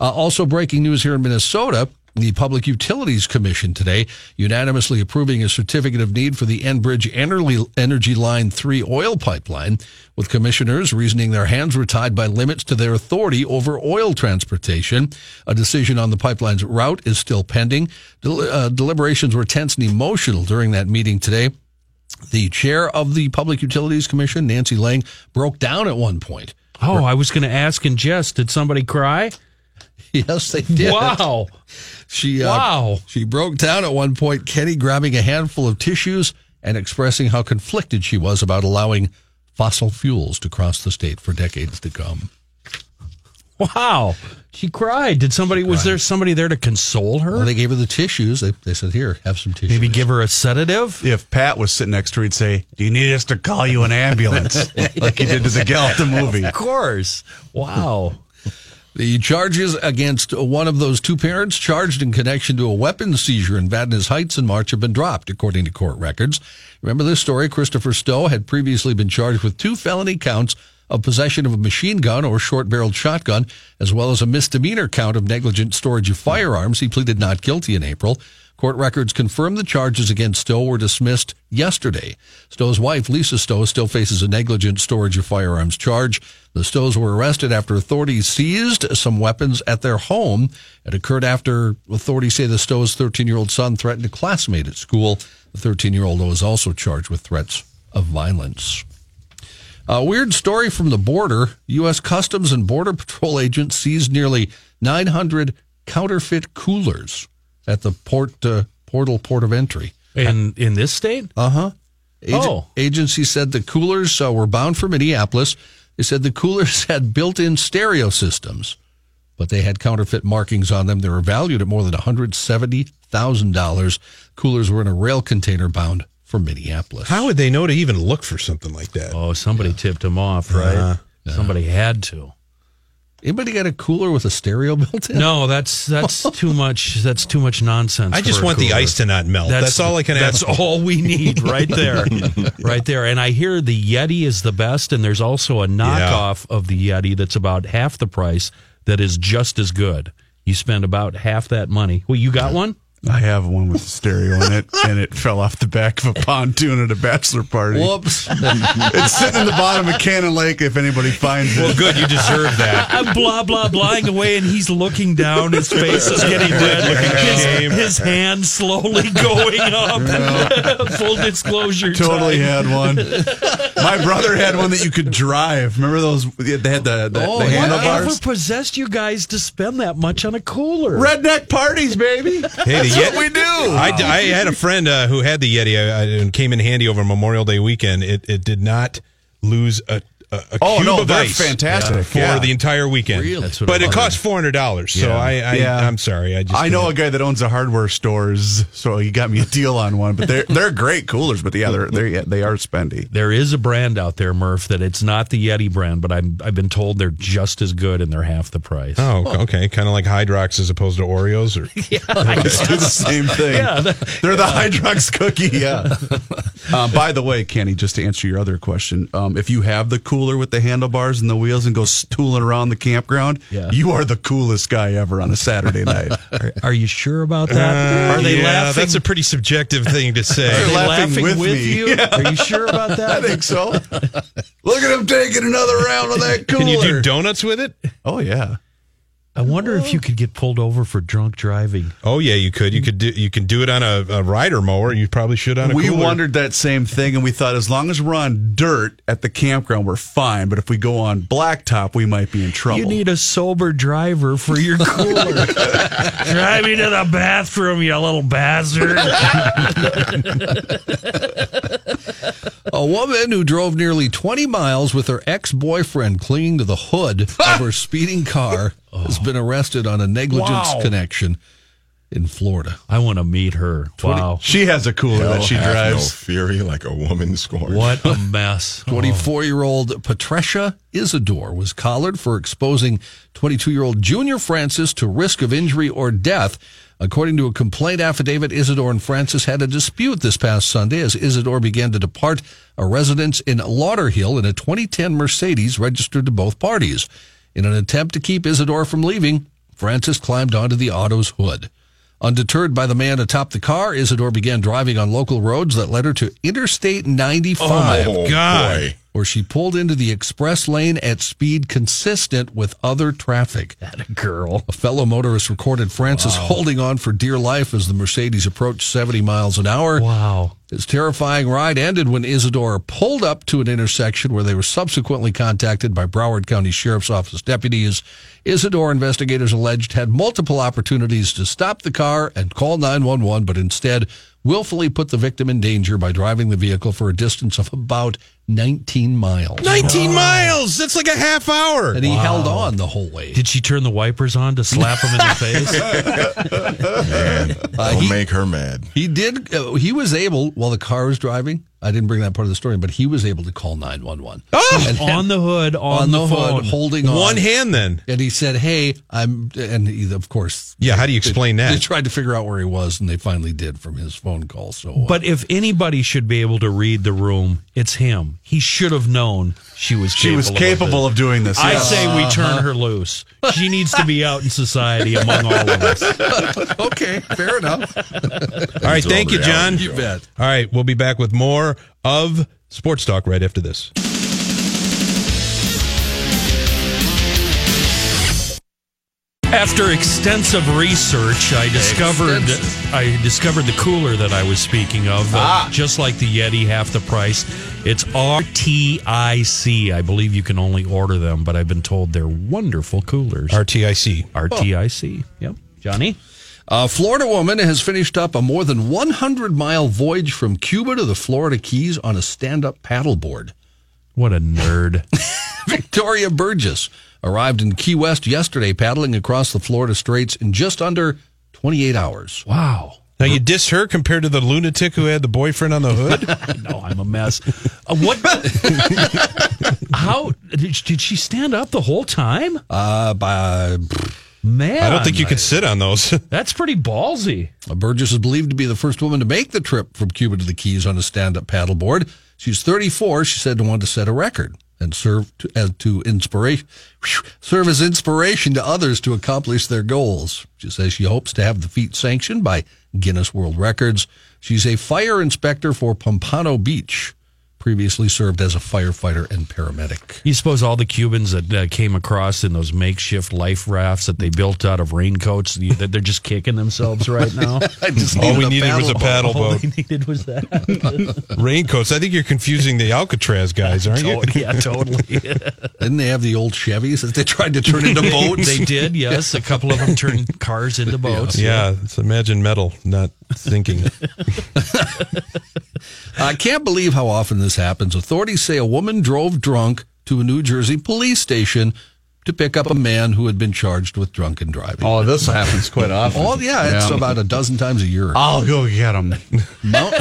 Speaker 1: Uh, also, breaking news here in Minnesota. The Public Utilities Commission today unanimously approving a certificate of need for the Enbridge Ener- Energy Line 3 oil pipeline, with commissioners reasoning their hands were tied by limits to their authority over oil transportation. A decision on the pipeline's route is still pending. Del- uh, deliberations were tense and emotional during that meeting today The chair of the Public Utilities Commission, Nancy Lang, broke down at one point.
Speaker 4: Oh, I was going to ask in jest, did somebody cry?
Speaker 1: Yes, they did.
Speaker 4: Wow.
Speaker 1: She uh,
Speaker 4: Wow.
Speaker 1: She broke down at one point. Kenny grabbing a handful of tissues and expressing how conflicted she was about allowing fossil fuels to cross the state for decades to come.
Speaker 4: Wow. She cried. Did somebody, was there somebody there to console
Speaker 1: Well,
Speaker 4: her?
Speaker 1: they gave her the tissues. They, they said, "Here, have some tissues."
Speaker 4: Maybe give her a sedative?
Speaker 3: If Pat was sitting next to her, he'd say, Do you need us to call you an ambulance? like he did to the gal at the movie.
Speaker 4: Of course. Wow.
Speaker 1: The charges against one of those two parents charged in connection to a weapons seizure in Vadnais Heights in March have been dropped, according to court records. Remember this story? Christopher Stowe had previously been charged with two felony counts of possession of a machine gun or short barreled shotgun, as well as a misdemeanor count of negligent storage of firearms. He pleaded not guilty in April. Court records confirm the charges against Stowe were dismissed yesterday. Stowe's wife, Lisa Stowe, still faces a negligent storage of firearms charge. The Stowes were arrested after authorities seized some weapons at their home. It occurred after authorities say the Stowes' 13 year old son threatened a classmate at school. The 13 year old was also charged with threats of violence. A weird story from the border. U.S. Customs and Border Patrol agents seized nearly 900 counterfeit coolers at the port uh, portal port of entry.
Speaker 4: In in this state?
Speaker 1: Uh huh. Agen-
Speaker 4: Oh.
Speaker 1: Agency said the coolers uh, were bound for Minneapolis. They said the coolers had built in stereo systems, but they had counterfeit markings on them. They were valued at more than $170,000. Coolers were in a rail container bound for Minneapolis.
Speaker 7: How would they know to even look for something like that?
Speaker 4: Oh, somebody tipped him off, right? Somebody had to.
Speaker 1: Anybody got a cooler with a stereo built in?
Speaker 4: No, that's that's too much. That's too much nonsense.
Speaker 7: I just
Speaker 4: for a
Speaker 7: want the
Speaker 4: cooler.
Speaker 7: ice to not melt. That's, all I can ask.
Speaker 4: That's all we need right there. right there. And I hear the Yeti is the best, and there's also a knockoff of the Yeti that's about half the price that is just as good. You spend about half that money. Well, you got one?
Speaker 3: I have one with a stereo in it, and it fell off the back of a pontoon at a bachelor party.
Speaker 1: Whoops.
Speaker 3: It's sitting in the bottom of Cannon Lake if anybody finds it.
Speaker 7: Well, good. You deserve that.
Speaker 4: I'm Uh, blah blah blahing away, and he's looking down. His face is getting red. His, his hand slowly going up. Full disclosure.
Speaker 3: totally
Speaker 4: time.
Speaker 3: had one. My brother had one that you could drive. Remember those? They had the, the,
Speaker 1: Oh,
Speaker 3: the
Speaker 1: yeah.
Speaker 4: Whatever
Speaker 3: handlebars.
Speaker 4: possessed you guys to spend that much on a cooler?
Speaker 3: Redneck parties, baby.
Speaker 7: Hey, the
Speaker 3: That's
Speaker 7: Yeti-
Speaker 3: what we do.
Speaker 7: I, I had a friend uh, who had the Yeti uh, and came in handy over Memorial Day weekend. It, it did not lose a, a, a
Speaker 3: Oh,
Speaker 7: cube
Speaker 3: no,
Speaker 7: of
Speaker 3: they're
Speaker 7: ice
Speaker 3: fantastic,
Speaker 7: for
Speaker 3: yeah.
Speaker 7: the entire weekend.
Speaker 1: Really? That's
Speaker 4: what
Speaker 7: But
Speaker 4: I
Speaker 7: it
Speaker 4: thought.
Speaker 7: cost four hundred dollars. So I, I
Speaker 3: Yeah.
Speaker 7: I'm sorry. I just
Speaker 3: I know a guy that owns a hardware stores, so he got me a deal on one. But they're they're great coolers. But yeah, they're, they're yeah, they are spendy.
Speaker 4: There is a brand out there, Murph, that it's not the Yeti brand, but I'm, I've been told they're just as good and they're half the price.
Speaker 7: Oh, okay. Kind of like Hydrox as opposed to Oreos, or
Speaker 3: It's the same thing. they're the Hydrox cookie. Yeah. Uh, by the way, Kenny, just to answer your other question, um, if you have the cooler with the handlebars and the wheels and go stooling around the campground,
Speaker 4: Yeah.
Speaker 3: you are the coolest guy ever on a Saturday night.
Speaker 4: Are, are you sure about that? are they
Speaker 7: Uh, yeah,
Speaker 4: laughing?
Speaker 7: That's a pretty subjective thing to
Speaker 4: are
Speaker 7: say.
Speaker 4: they
Speaker 3: laughing
Speaker 4: laughing
Speaker 3: with
Speaker 4: with,
Speaker 3: me.
Speaker 4: you? Are you sure about
Speaker 3: I
Speaker 4: that?
Speaker 3: think so. Look at him taking another round of that cooler.
Speaker 7: Can you do donuts with it?
Speaker 3: oh yeah.
Speaker 4: I wonder if you could get pulled over for drunk driving.
Speaker 7: Oh yeah, you could. You could do. You can do it on a, a rider mower. You probably should on a.
Speaker 3: we
Speaker 7: cooler.
Speaker 3: wondered that same thing, and we thought as long as we're on dirt at the campground, we're fine. But if we go on blacktop, we might be in trouble.
Speaker 4: You need a sober driver for your cooler. Drive me to the bathroom, you little bastard.
Speaker 1: A woman who drove nearly 20 miles with her ex boyfriend clinging to the hood of her speeding car has been arrested on a negligence
Speaker 4: Wow.
Speaker 1: connection in Florida.
Speaker 4: I want to meet her. Wow.
Speaker 3: she has a cooler that she
Speaker 2: Have
Speaker 3: drives.
Speaker 2: No fury like a woman scorned.
Speaker 4: What a mess.
Speaker 1: 24 year old Patricia Isidore was collared for exposing 22 year old Junior Francis to risk of injury or death. According to a complaint affidavit, Isidore and Francis had a dispute this past Sunday as Isidore began to depart a residence in Lauderhill in a 2010 Mercedes registered to both parties. In an attempt to keep Isidore from leaving, Francis climbed onto the auto's hood. Undeterred by the man atop the car, Isidore began driving on local roads that led her to Interstate 95.
Speaker 2: Oh,
Speaker 7: God.
Speaker 2: boy.
Speaker 1: where she pulled into the express lane at speed consistent with other traffic.
Speaker 4: a girl.
Speaker 1: A fellow motorist recorded Francis holding on for dear life as the Mercedes approached 70 miles an hour.
Speaker 4: Wow.
Speaker 1: His terrifying ride ended when Isadora pulled up to an intersection where they were subsequently contacted by Broward County Sheriff's Office deputies. Isadora investigators alleged had multiple opportunities to stop the car and call 911, but instead willfully put the victim in danger by driving the vehicle for a distance of about 19 miles.
Speaker 5: 19 miles. That's like a half hour.
Speaker 1: And he held on the whole way.
Speaker 4: Did she turn the wipers on to slap him in the face?
Speaker 2: Man, don't
Speaker 5: Uh,
Speaker 1: he-
Speaker 2: make her mad.
Speaker 1: He did. Uh, he was able while the car was driving. I didn't bring that part of the story, but he was able to call nine one one
Speaker 4: on the hood, on,
Speaker 1: on the,
Speaker 4: phone.
Speaker 1: hood, holding on.
Speaker 5: One hand then.
Speaker 1: and he said, "Hey, I'm." And he, of course,
Speaker 5: Yeah, how do you explain
Speaker 1: they
Speaker 5: that?
Speaker 1: tried to figure out where he was, and they finally did from his phone call. So, uh,
Speaker 4: But if anybody should be able to read the room, it's him. He should have known she was
Speaker 3: She
Speaker 4: capable
Speaker 3: was capable of doing this.
Speaker 4: this. I
Speaker 3: yes.
Speaker 4: say we turn her loose. She needs to be out in society among all of us.
Speaker 1: okay, fair enough.
Speaker 5: All right, thank you, John.
Speaker 1: You bet.
Speaker 5: All right, we'll be back with more of Sports Talk right after this.
Speaker 4: After extensive research, I discovered
Speaker 1: Extensive.
Speaker 4: I discovered the cooler that I was speaking of. uh, Just like the Yeti, half the price. It's RTIC. I believe you can only order them, but I've been told they're wonderful coolers.
Speaker 5: RTIC.
Speaker 4: RTIC. Yep. Johnny?
Speaker 1: A Uh, Florida woman has finished up a more than 100 mile voyage from Cuba to the Florida Keys on a stand up paddleboard.
Speaker 4: What a nerd.
Speaker 1: Victoria Burgess arrived in Key West yesterday, paddling across the Florida Straits in just under 28 hours.
Speaker 4: wow.
Speaker 5: Now you diss her compared to the lunatic who had the boyfriend on the hood.
Speaker 4: No, I'm a mess. Uh, what? How did, did she stand up the whole time?
Speaker 1: Uh, by,
Speaker 4: Man,
Speaker 5: I don't think you could sit on those.
Speaker 4: That's pretty ballsy.
Speaker 1: Burgess is believed to be the first woman to make the trip from Cuba to the Keys on a stand-up paddleboard. She's 34. She said wanted to set a record and serve to, as to inspiration, serve as inspiration to others to accomplish their goals. She says she hopes to have the feat sanctioned by Guinness World Records. She's a fire inspector for Pompano Beach. Previously served as a firefighter and paramedic.
Speaker 4: You suppose all the Cubans that uh, came across in those makeshift life rafts that they built out of raincoats, you- that they're just kicking themselves right now.
Speaker 1: I just
Speaker 5: All we
Speaker 1: a
Speaker 5: needed was a
Speaker 1: paddleboard.
Speaker 5: paddle
Speaker 4: all
Speaker 5: boat.
Speaker 4: they needed was that.
Speaker 5: Raincoats. I think you're confusing the Alcatraz guys, aren't you?
Speaker 4: Oh, yeah, totally.
Speaker 1: Didn't they have the old Chevys that they tried to turn into boats?
Speaker 4: they did. Yes, a couple of them turned cars into boats.
Speaker 5: Yeah, so imagine metal not thinking.
Speaker 1: I can't believe how often this happens. Authorities say a woman drove drunk to a New Jersey police station to pick up a man who had been charged with drunken driving.
Speaker 3: Oh, this happens quite often.
Speaker 1: Oh, yeah, it's about a dozen times a year.
Speaker 3: I'll go get him.
Speaker 1: Mount,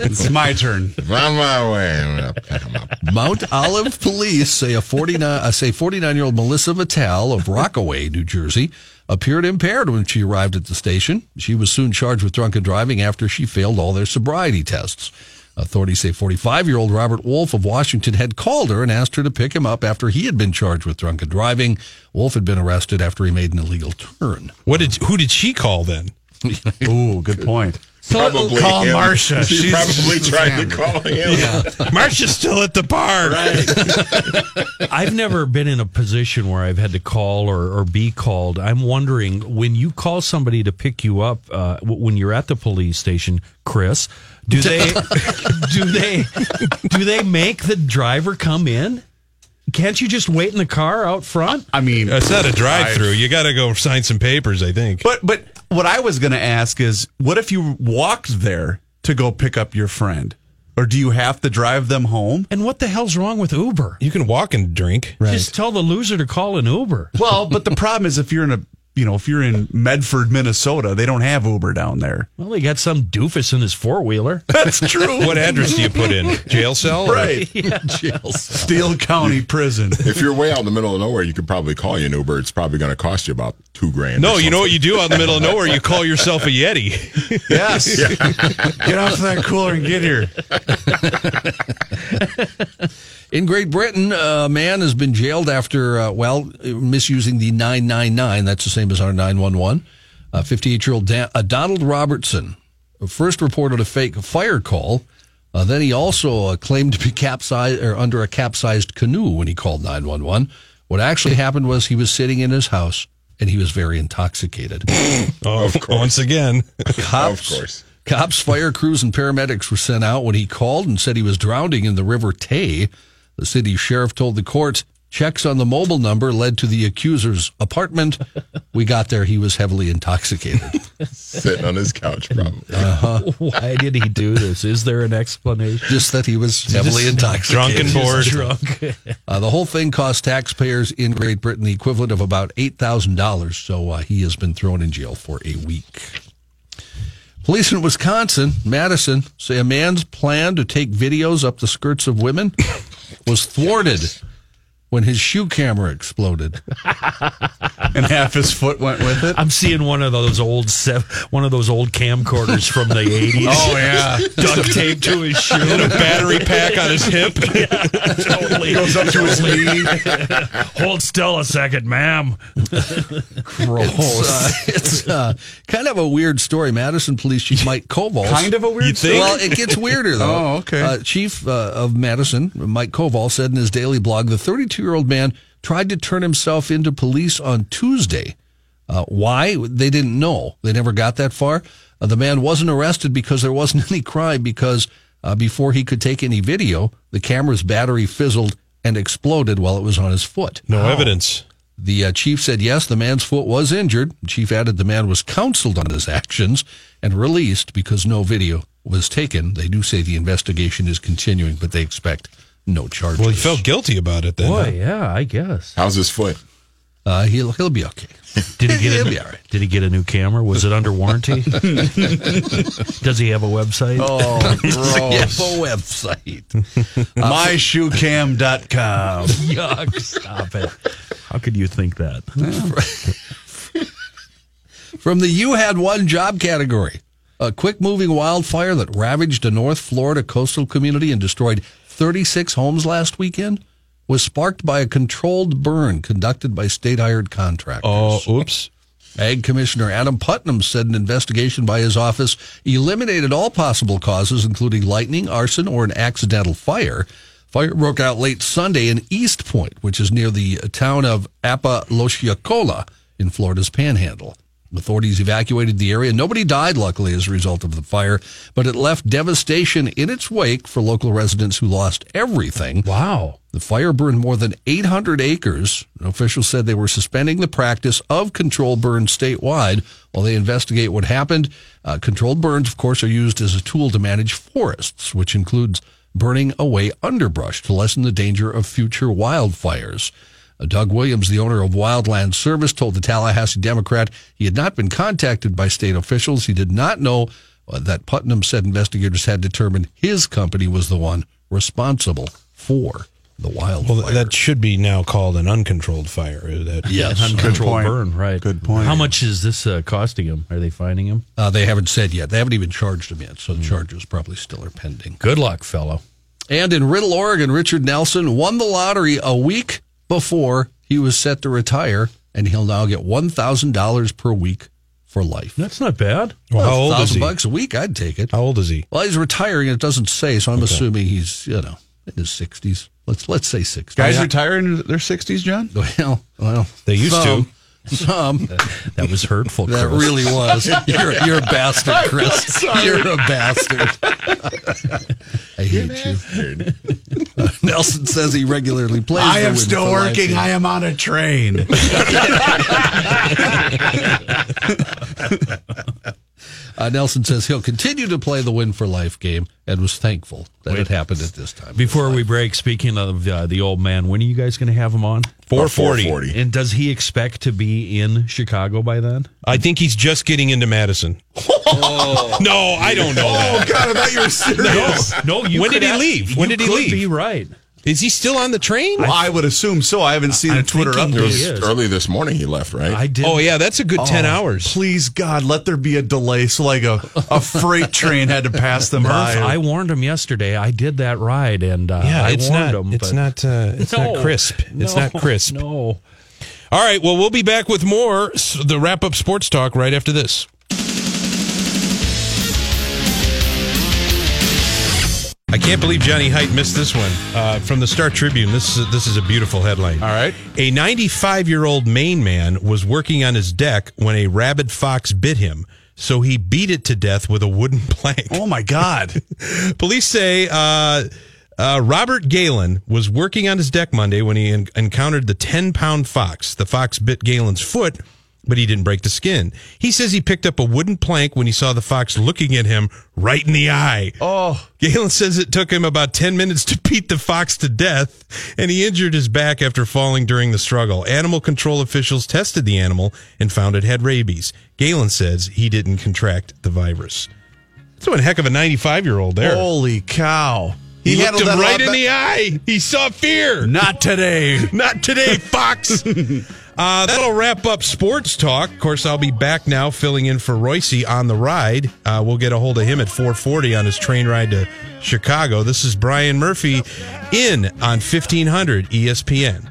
Speaker 3: It's my turn.
Speaker 2: On my way. I'm gonna pick 'em up.
Speaker 1: Mount Olive police say a 49 uh, say 49-year-old Melissa Vitale of Rockaway, New Jersey, appeared impaired when she arrived at the station. She was soon charged with drunken driving after she failed all their sobriety tests. Authorities say 45-year-old Robert Wolf of Washington had called her and asked her to pick him up after he had been charged with drunken driving. Wolf had been arrested after he made an illegal turn.
Speaker 5: What did who did she call then?
Speaker 3: Ooh, good point.
Speaker 2: Probably
Speaker 3: Call
Speaker 2: him.
Speaker 3: Marcia.
Speaker 2: She
Speaker 3: She's-
Speaker 2: probably tried to call him.
Speaker 5: Marcia's still at the bar.
Speaker 4: I've never been in a position where I've had to call or, or be called. I'm wondering when you call somebody to pick you up uh, w- when you're at the police station, Chris. Do they do they do they make the driver come in? Can't you just wait in the car out front?
Speaker 3: I mean,
Speaker 5: It's not a drive-through. You got to go sign some papers, I think.
Speaker 3: But but what I was going to ask is, what if you walked there to go pick up your friend, or do you have to drive them home?
Speaker 4: And what the hell's wrong with Uber?
Speaker 5: You can walk and drink.
Speaker 4: Just tell the loser to call an Uber.
Speaker 3: Well, but the problem is if you're in a you know if you're in Medford, Minnesota, they don't have Uber down there.
Speaker 4: Well, they got some doofus in his four wheeler.
Speaker 3: That's true.
Speaker 5: What address do you put in? Jail cell? or-
Speaker 3: right? Steele County Prison.
Speaker 2: If you're way out in the middle of nowhere, you could probably call you an Uber. It's probably going to cost you about two grand.
Speaker 5: No,
Speaker 2: or
Speaker 5: you know
Speaker 2: something.
Speaker 5: what you do out in the middle of nowhere? You call yourself a Yeti.
Speaker 3: Yes. Get off that cooler and get here.
Speaker 1: In Great Britain, a man has been jailed after, uh, well, misusing the 999. That's the same as our 911. Uh, 58 year old Dan- uh, Donald Robertson first reported a fake fire call
Speaker 7: Uh, then he also uh, claimed to be capsized or under a capsized canoe when he called 911. What actually happened was he was sitting in his house and he was very intoxicated.
Speaker 1: Oh, of course. Once again.
Speaker 7: Cops,
Speaker 2: Of course.
Speaker 7: Cops, fire crews, and paramedics were sent out when he called and said he was drowning in the River Tay. The city sheriff told the courts checks on the mobile number led to the accuser's apartment. We got there, he was heavily intoxicated.
Speaker 2: Sitting on his couch, probably.
Speaker 1: uh,
Speaker 4: Why did he do this? Is there an explanation?
Speaker 7: Just that he was heavily intoxicated.
Speaker 1: Drunk and bored.
Speaker 7: Uh, the whole thing cost taxpayers in Great Britain the equivalent of about $8,000, so uh, he has been thrown in jail for a week. Police in Wisconsin, Madison, say a man's plan to take videos up the skirts of women was thwarted when his shoe camera exploded.
Speaker 3: and half his foot went with it.
Speaker 4: I'm seeing one of those old sev- one of those old camcorders from the 80s.
Speaker 3: Oh yeah,
Speaker 4: duct taped to his shoe and a battery pack on his hip. totally. Goes up to his knee. Hold still a second, ma'am.
Speaker 7: Gross. It's, uh, it's uh, kind of a weird story. Madison Police Chief Mike Koval.
Speaker 3: kind of a weird. story.
Speaker 7: Well, it gets weirder though.
Speaker 3: Oh, okay.
Speaker 7: Uh, Chief uh, of Madison, Mike Koval, said in his daily blog, the 32-year-old man tried to turn himself into police on Tuesday. Uh, why? They didn't know. They never got that far. Uh, the man wasn't arrested because there wasn't any crime. Because uh, before he could take any video, the camera's battery fizzled and exploded while it was on his foot.
Speaker 1: No evidence.
Speaker 7: The uh, chief said, yes, the man's foot was injured. The chief added the man was counseled on his actions and released because no video was taken. They do say the investigation is continuing, but they expect no charges.
Speaker 1: Well, he felt guilty about it then.
Speaker 4: Boy, yeah, I guess.
Speaker 2: How's his foot?
Speaker 7: Uh, he'll, he'll be okay.
Speaker 4: Did he get
Speaker 7: He'll
Speaker 4: a
Speaker 7: be all right.
Speaker 4: Did he get a new camera? Was it under warranty? Does he have a website?
Speaker 3: Oh,
Speaker 7: CFO
Speaker 3: gross.
Speaker 7: website.
Speaker 3: MyShoecam.com.
Speaker 4: Yuck, stop it. How could you think that?
Speaker 7: From the You Had One Job category, a quick moving wildfire that ravaged a North Florida coastal community and destroyed 36 homes last weekend was sparked by a controlled burn conducted by state hired contractors.
Speaker 1: Oh, oops.
Speaker 7: Ag Commissioner Adam Putnam said an investigation by his office eliminated all possible causes, including lightning, arson, or an accidental fire. Fire broke out late Sunday in East Point, which is near the town of Apaloshiacola in Florida's Panhandle. Authorities evacuated the area. Nobody died, luckily, as a result of the fire, but it left devastation in its wake for local residents who lost everything.
Speaker 4: Wow.
Speaker 7: The fire burned more than 800 acres. Officials said they were suspending the practice of controlled burns statewide while they investigate what happened. Uh, controlled burns, of course, are used as a tool to manage forests, which includes burning away underbrush to lessen the danger of future wildfires. Uh, Doug Williams, the owner of Wildland Service, told the Tallahassee Democrat he had not been contacted by state officials. He did not know uh, that Putnam said investigators had determined his company was the one responsible for the wildfire.
Speaker 1: Well, that should be now called an uncontrolled fire. uh, That,
Speaker 7: yes,
Speaker 4: Uncontrolled
Speaker 3: point.
Speaker 4: burn, right.
Speaker 3: Good point.
Speaker 4: How much is this uh, costing him? Are they finding him?
Speaker 7: uh, they haven't said yet. They haven't even charged him yet, so
Speaker 3: Hmm.
Speaker 7: the charges probably still are pending.
Speaker 4: Good luck, fellow.
Speaker 7: And in Riddle, Oregon, Richard Nelson won the lottery a week before he was set to retire, and he'll now get one thousand dollars per week for life.
Speaker 4: That's not bad.
Speaker 1: Well, how old is
Speaker 7: thousand
Speaker 1: he?
Speaker 7: bucks a week, I'd take it.
Speaker 1: How old is he?
Speaker 7: Well, he's retiring. It doesn't say, so I'm assuming he's you know in his sixties. Let's let's say sixties.
Speaker 3: Guys retiring in their 60s, John?
Speaker 7: well, well,
Speaker 1: They used to.
Speaker 7: some, Some
Speaker 4: That was hurtful.
Speaker 7: that
Speaker 4: Chris.
Speaker 7: really was. You're you're a bastard, Chris. You're a bastard. I hate you.
Speaker 2: Dude.
Speaker 7: Nelson says he regularly plays.
Speaker 3: I
Speaker 7: the
Speaker 3: am
Speaker 7: win
Speaker 3: still
Speaker 7: for life
Speaker 3: working.
Speaker 7: game.
Speaker 3: I am on a train.
Speaker 7: Uh, Nelson says he'll continue to play the win for life game and was thankful that it happened at this time.
Speaker 4: Before we break, speaking of uh, the old man, when are you guys going to have him on?
Speaker 1: 440.
Speaker 2: 440.
Speaker 4: And does he expect to be in Chicago by then?
Speaker 1: I think he's just getting into Madison. no, I don't know
Speaker 7: Oh,
Speaker 1: that.
Speaker 3: Oh, God, I thought you were serious.
Speaker 4: No, you
Speaker 1: When
Speaker 4: could
Speaker 1: did he
Speaker 4: ask-
Speaker 1: leave? When
Speaker 4: you
Speaker 1: did he
Speaker 4: could
Speaker 1: leave?
Speaker 4: Be right.
Speaker 1: Is he still on the train?
Speaker 3: Well, I would assume so. I haven't seen a
Speaker 4: I'm
Speaker 3: Twitter
Speaker 4: thinking
Speaker 3: update.
Speaker 4: he is.
Speaker 2: Early this morning, he left, right?
Speaker 4: I did.
Speaker 1: Oh, yeah, that's a good 10 hours.
Speaker 3: Please, God, let there be a delay so like a, a freight train had to pass them
Speaker 4: Murph,
Speaker 3: by.
Speaker 4: I warned him yesterday. I did that ride, and uh,
Speaker 1: Yeah,
Speaker 4: I
Speaker 1: it's
Speaker 4: warned
Speaker 1: not.
Speaker 4: him.
Speaker 1: it's
Speaker 4: but-
Speaker 1: not. Uh, it's not
Speaker 4: No,
Speaker 1: crisp. It's
Speaker 4: no,
Speaker 1: not crisp.
Speaker 4: No.
Speaker 1: All right. Well, we'll be back with more s- the wrap up sports talk right after this. I can't believe Johnny Height missed this one uh, from the Star Tribune. This is this is a beautiful headline.
Speaker 3: All right.
Speaker 1: a 95 year old Maine man was working on his deck when a rabid fox bit him, so he beat it to death with a wooden plank.
Speaker 3: Oh my God.
Speaker 1: Police say uh, uh, Robert Galen was working on his deck Monday when he en- encountered the 10 pound fox. The fox bit Galen's foot, but he didn't break the skin. He says he picked up a wooden plank when he saw the fox looking at him right in the eye.
Speaker 3: Oh.
Speaker 1: Galen says it took him about 10 minutes to beat the fox to death, and he injured his back after falling during the struggle. Animal control officials tested the animal and found it had rabies. Galen says he didn't contract the virus. That's one heck of a 95 year old there.
Speaker 3: Holy cow.
Speaker 1: he looked
Speaker 3: Oh, handled
Speaker 1: him
Speaker 3: that a
Speaker 1: right
Speaker 3: lot
Speaker 1: in
Speaker 3: be-
Speaker 1: the eye. He saw fear.
Speaker 3: Not today.
Speaker 1: Not today, Fox. uh, that'll wrap up sports talk. Of course, I'll be back now filling in for Royce on the ride. Uh, we'll get a hold of him at 440 on his train ride E to Chicago. This is Brian Murphy in on 1500 ESPN.